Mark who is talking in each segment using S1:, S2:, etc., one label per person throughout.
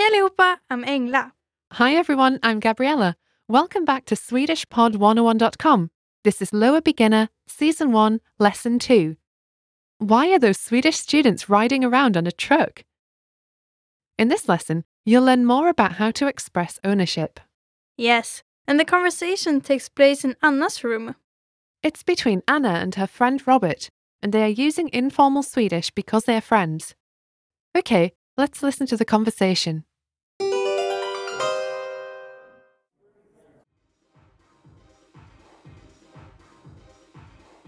S1: allihopa, I'm Engla.
S2: Hi everyone, I'm Gabriella. Welcome back to SwedishPod101.com. This is Lower Beginner, Season 1, Lesson 2. Why are those Swedish students riding around on a truck? In this lesson, you'll learn more about how to express ownership.
S1: Yes, and the conversation takes place in Anna's room.
S2: It's between Anna and her friend Robert, and they are using informal Swedish because they are friends. Okay, let's listen to the conversation.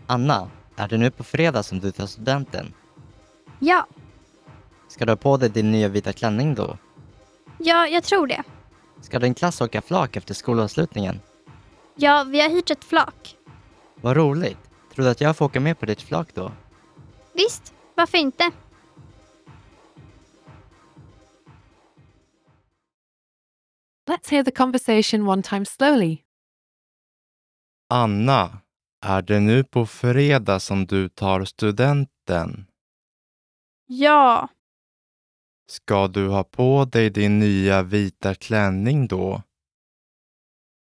S3: Anna, är det nu på fredag som du tar studenten?
S1: Ja,
S3: Ska du ha på dig din nya vita klänning då?
S1: ja, jag tror det.
S3: Ska din klass åka flak efter skolavslutningen?
S1: Ja, vi har hyrt ett flak.
S3: Vad roligt! Tror du att jag får åka med på ditt flak då?
S1: Visst, varför inte?
S2: Let's hear the conversation one time slowly.
S4: Anna, är det nu på fredag som du tar studenten?
S1: Ja,
S4: Ska du ha på dig din nya vita klänning då?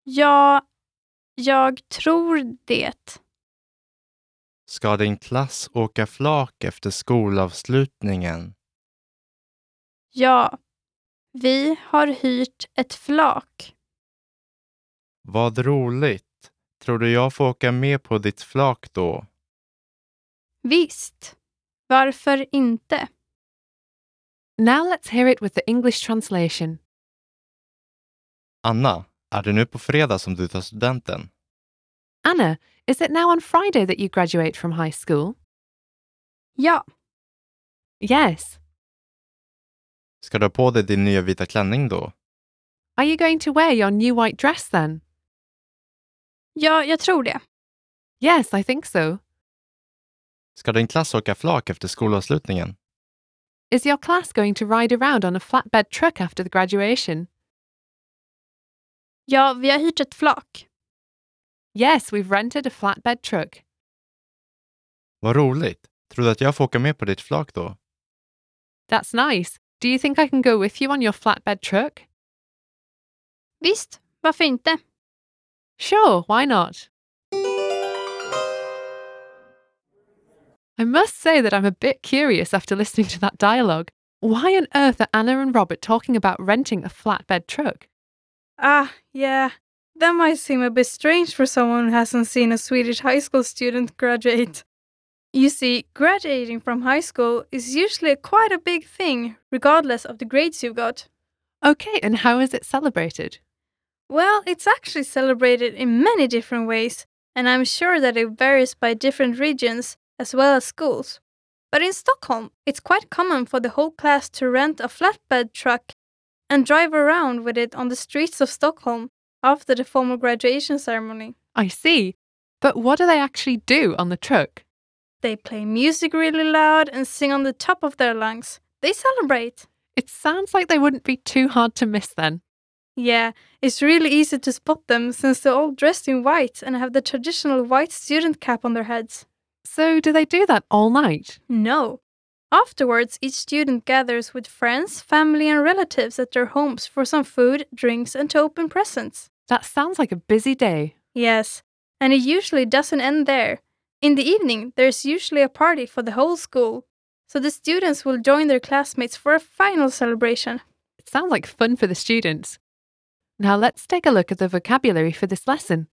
S1: ja, jag tror det.
S4: Ska din klass åka flak efter skolavslutningen?
S1: Ja, vi har hyrt ett flak.
S4: Vad roligt! Tror du jag får åka med på ditt flak då?
S1: Visst, varför inte?
S2: Now let's hear it with the English translation.
S4: Anna, är det nu på fredag som du tar studenten?
S2: Anna, is it now on Friday that you graduate from high school?
S1: Ja,
S2: Yes.
S4: Ska du ha på dig din nya vita klänning då?
S2: Are you going to wear your new white dress then?
S1: ja, jag tror det.
S2: Yes, I think so.
S4: Ska din klass åka flak efter skolavslutningen?
S2: Is your class going to ride around on a flatbed truck after the graduation?
S1: Ja, vi har hyrt ett flak.
S2: Yes, we've rented a flatbed truck.
S4: Vad roligt! Tror du att jag får åka med på ditt flak då?
S2: That's nice. Do you think I can go with you on your flatbed truck?
S1: Visst, varför inte?
S2: Sure, why not? I must say that I'm a bit curious after listening to that dialogue. Why on earth are Anna and Robert talking about renting a flatbed truck?
S1: Ah, yeah. That might seem a bit strange for someone who hasn't seen a Swedish high school student graduate. You see, graduating from high school is usually quite a big thing, regardless of the grades you've got.
S2: Okay, and how is it celebrated?
S1: Well, it's actually celebrated in many different ways, and I'm sure that it varies by different regions as well as schools. But in Stockholm, it's quite common for the whole class to rent a flatbed truck and drive around with it on the streets of Stockholm after the formal graduation ceremony.
S2: I see. But what do they actually do on the truck?
S1: They play music really loud and sing on the top of their lungs. They celebrate.
S2: It sounds like they wouldn't be too hard to miss then.
S1: Yeah, it's really easy to spot them since they're all dressed in white and have the traditional white student cap on their heads.
S2: So, do they do that all night?
S1: No. Afterwards, each student gathers with friends, family, and relatives at their homes for some food, drinks, and to open presents.
S2: That sounds like a busy day.
S1: Yes, and it usually doesn't end there. In the evening, there's usually a party for the whole school, so the students will join their classmates for a final celebration.
S2: It sounds like fun for the students. Now, let's take a look at the vocabulary for this lesson.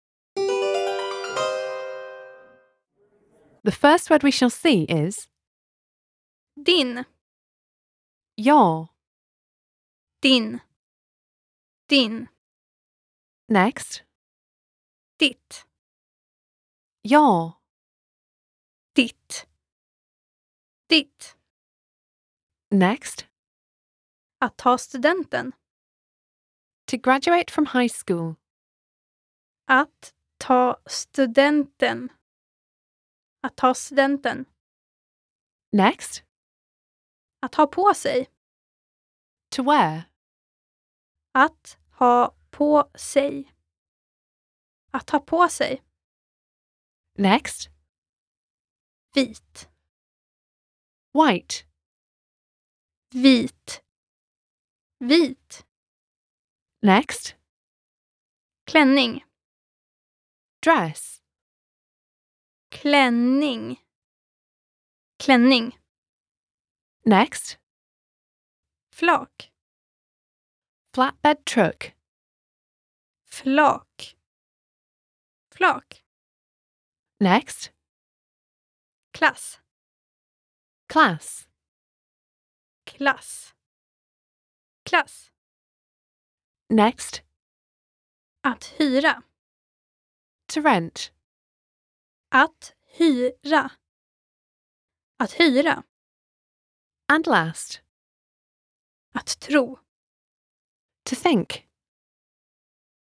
S2: The first word we shall see is
S1: Din,
S2: your.
S1: din, din,
S2: Next,
S1: ditt,
S2: your.
S1: ditt, ditt.
S2: Next,
S1: Att ta studenten.
S2: to graduate from high school.
S1: Att ta studenten. Att ta studenten.
S2: Next,
S1: Att ha på sig.
S2: to wear.
S1: Att ha på sig. Att ha på sig.
S2: Next,
S1: Vit,
S2: white.
S1: vit, Vit.
S2: Next,
S1: Klänning.
S2: dress.
S1: Klänning. Klänning.
S2: Next,
S1: Flak.
S2: flatbed truck.
S1: Flak. Flak.
S2: Next,
S1: Klass.
S2: class.
S1: Klass. Klass.
S2: Next,
S1: Att hyra.
S2: to rent.
S1: Att hyra. Att hyra.
S2: And last,
S1: Att tro.
S2: to think.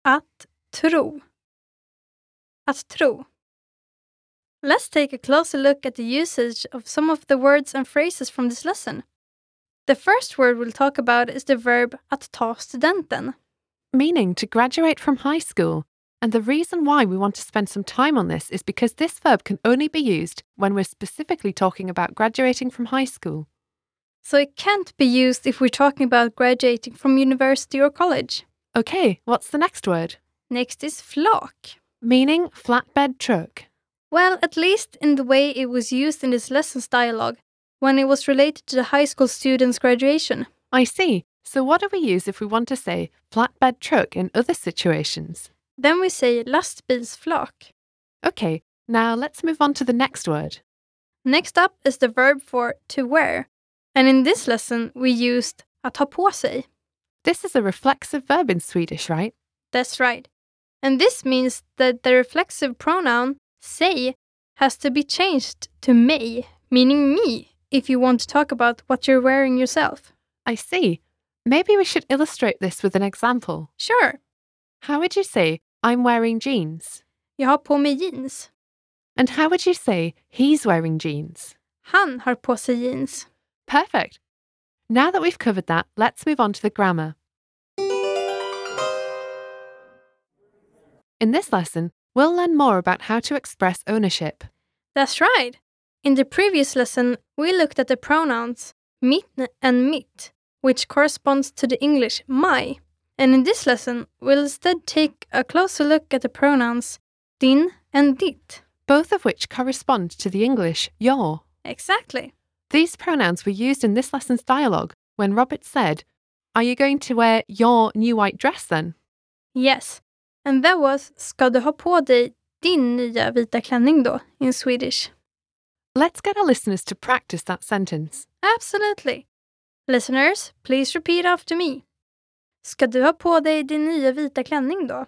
S1: Att tro. Att tro. Let's take a closer look at the usage of some of the words and phrases from this lesson. The first word we'll talk about is the verb att ta studenten.
S2: meaning to graduate from high school. And the reason why we want to spend some time on this is because this verb can only be used when we're specifically talking about graduating from high school.
S1: So it can't be used if we're talking about graduating from university or college.
S2: Okay, what's the next word?
S1: Next is flak.
S2: Meaning flatbed truck.
S1: Well, at least in the way it was used in this lessons dialogue, when it was related to the high school students' graduation.
S2: I see. So, what do we use if we want to say flatbed truck in other situations?
S1: Then we say lastbilsflak.
S2: Okay, now let's move on to the next word.
S1: Next up is the verb for to wear. And in this lesson, we used att ha på sig.
S2: This is a reflexive verb in Swedish, right?
S1: That's right. And this means that the reflexive pronoun sig has to be changed to mig, meaning me, if you want to talk about what you're wearing yourself.
S2: I see. Maybe we should illustrate this with an example.
S1: Sure,
S2: How would you say, I'm wearing jeans?
S1: jag har på mig jeans.
S2: And how would you say he's wearing jeans?
S1: Han har på sig jeans.
S2: Perfect. Now that we've covered that, let's move on to the grammar. In this lesson, we'll learn more about how to express ownership.
S1: That's right. In the previous lesson, we looked at the pronouns mitt and mitt, which corresponds to the English my. And in this lesson, we'll instead take a closer look at the pronouns din and ditt.
S2: Both of which correspond to the English your.
S1: Exactly.
S2: These pronouns were used in this lesson's dialogue when Robert said, Are you going to wear your new white dress then?
S1: Yes. And that was Ska du ha på dig din nya vita klänning då? in Swedish.
S2: Let's get our listeners to practice that sentence.
S1: Absolutely. Listeners, please repeat after me. Ska du ha på dig din nya vita klänning då?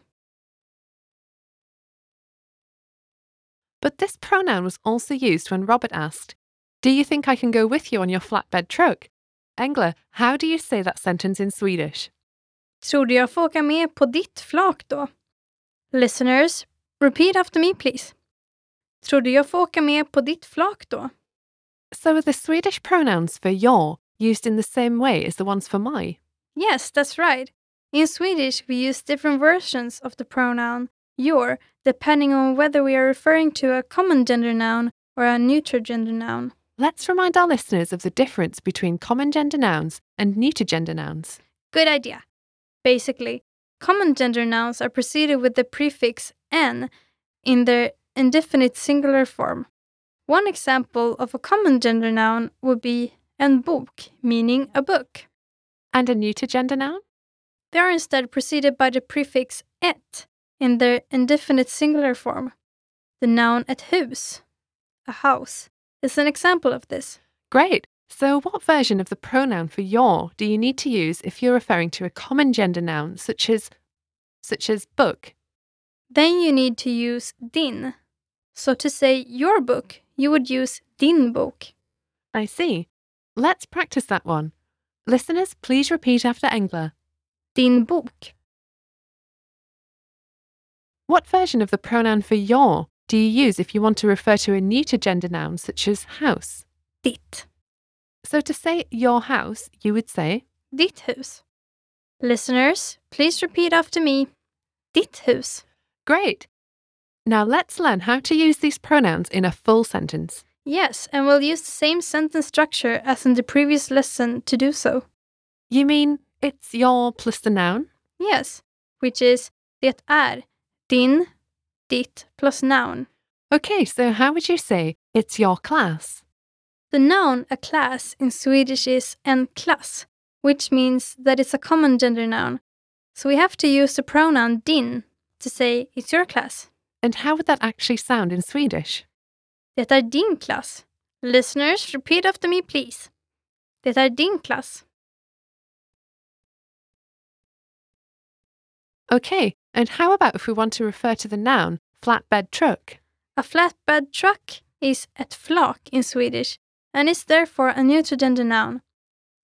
S2: But this pronoun was also used when Robert asked, Do you think I can go with you on your flatbed truck? Engler, how do you say that sentence in Swedish?
S1: Tror du jag får åka med på ditt flak då? Listeners, repeat after me please. Tror du jag får åka med på ditt flak då?
S2: So are the Swedish pronouns for your used in the same way as the ones for my?
S1: Yes, that's right. In Swedish we use different versions of the pronoun your depending on whether we are referring to a common gender noun or a neuter gender noun.
S2: Let's remind our listeners of the difference between common gender nouns and neuter gender nouns.
S1: Good idea. Basically, common gender nouns are preceded with the prefix n in their indefinite singular form. One example of a common gender noun would be en bok, meaning a book.
S2: And a neuter gender noun?
S1: They are instead preceded by the prefix ett in their indefinite singular form. The noun ett hus, a house, is an example of this.
S2: Great. So what version of the pronoun for your do you need to use if you're referring to a common gender noun such as such as book?
S1: Then you need to use din. So to say your book, you would use din bok.
S2: I see. Let's practice that one. Listeners, please repeat after Engler.
S1: Din bok.
S2: What version of the pronoun for your do you use if you want to refer to a neuter gender noun such as house?
S1: Ditt.
S2: So to say your house, you would say,
S1: Ditt hus. Listeners, please repeat after me. Ditt hus.
S2: great. Now let's learn how to use these pronouns in a full sentence.
S1: Yes, and we'll use the same sentence structure as in the previous lesson to do so.
S2: You mean It's your plus the noun.
S1: Yes, which is det är, din, ditt plus noun.
S2: Okay, so how would you say it's your class?
S1: The noun a class in Swedish is en klass, which means that it's a common gender noun. So we have to use the pronoun din to say it's your class.
S2: And how would that actually sound in Swedish?
S1: Det är din klass. Listeners, repeat after me please. Det är din klass.
S2: Okay, and how about if we want to refer to the noun flatbed truck?
S1: A flatbed truck is ett flak in Swedish and is therefore a neutral gender noun.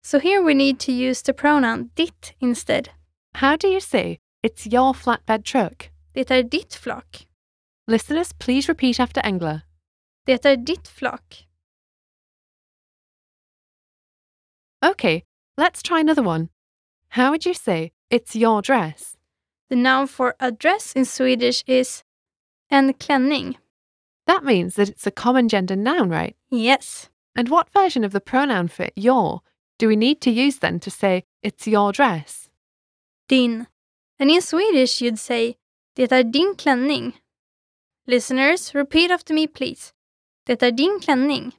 S1: So here we need to use the pronoun ditt instead.
S2: How do you say it's your flatbed truck?
S1: Det är ditt flak.
S2: Listeners, please repeat after Engler.
S1: Det är ditt flak.
S2: Okay, let's try another one. How would you say it's your dress?
S1: The noun for a dress in Swedish is en klänning.
S2: That means that it's a common gender noun, right?
S1: Yes.
S2: And what version of the pronoun for your do we need to use then to say it's your dress?
S1: Din. And in Swedish you'd say Det är din klänning. Listeners, repeat after me please. Det är din klänning.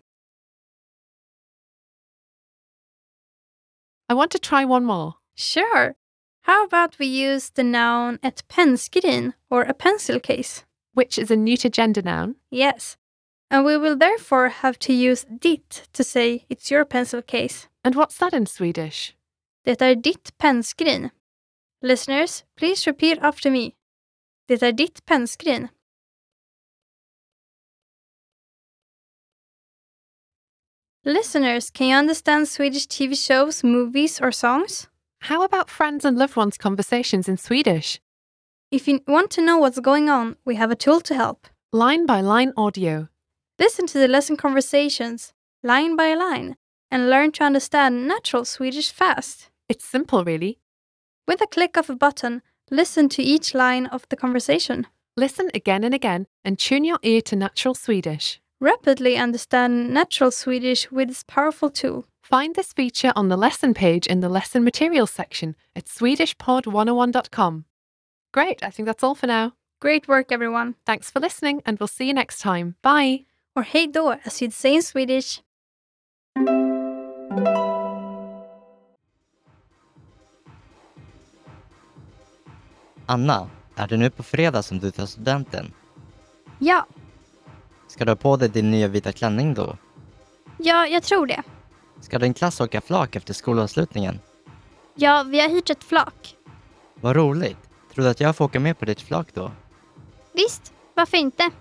S2: I want to try one more.
S1: Sure. How about we use the noun ett pennskrin or a pencil case?
S2: which is a neuter gender noun.
S1: Yes. And we will therefore have to use ditt to say it's your pencil case.
S2: And what's that in Swedish?
S1: Det är ditt pennskrin. Listeners, please repeat after me. Det är ditt pennskrin. Listeners, can you understand Swedish TV shows, movies, or songs?
S2: How about friends and loved ones' conversations in Swedish?
S1: If you want to know what's going on, we have a tool to help.
S2: Line by line audio.
S1: Listen to the lesson conversations, line by line, and learn to understand natural Swedish fast.
S2: It's simple, really.
S1: With a click of a button, listen to each line of the conversation.
S2: Listen again and again and tune your ear to natural Swedish.
S1: Rapidly understand natural Swedish with this powerful tool.
S2: Find this feature on the lesson page in the lesson materials section at swedishpod101.com. Great, I think that's all for now.
S1: Great work, everyone!
S2: Thanks for listening, and we'll see you next time. Bye.
S1: Or hej då, as you'd say in Swedish.
S3: Anna, är det nu på fredag som du tar studenten?
S1: Ja,
S3: Ska du ha på dig din nya vita klänning då?
S1: ja, jag tror det.
S3: Ska din klass åka flak efter skolavslutningen?
S1: Ja, vi har hyrt ett flak.
S3: Vad roligt! Tror du att jag får åka med på ditt flak då?
S1: Visst, varför inte?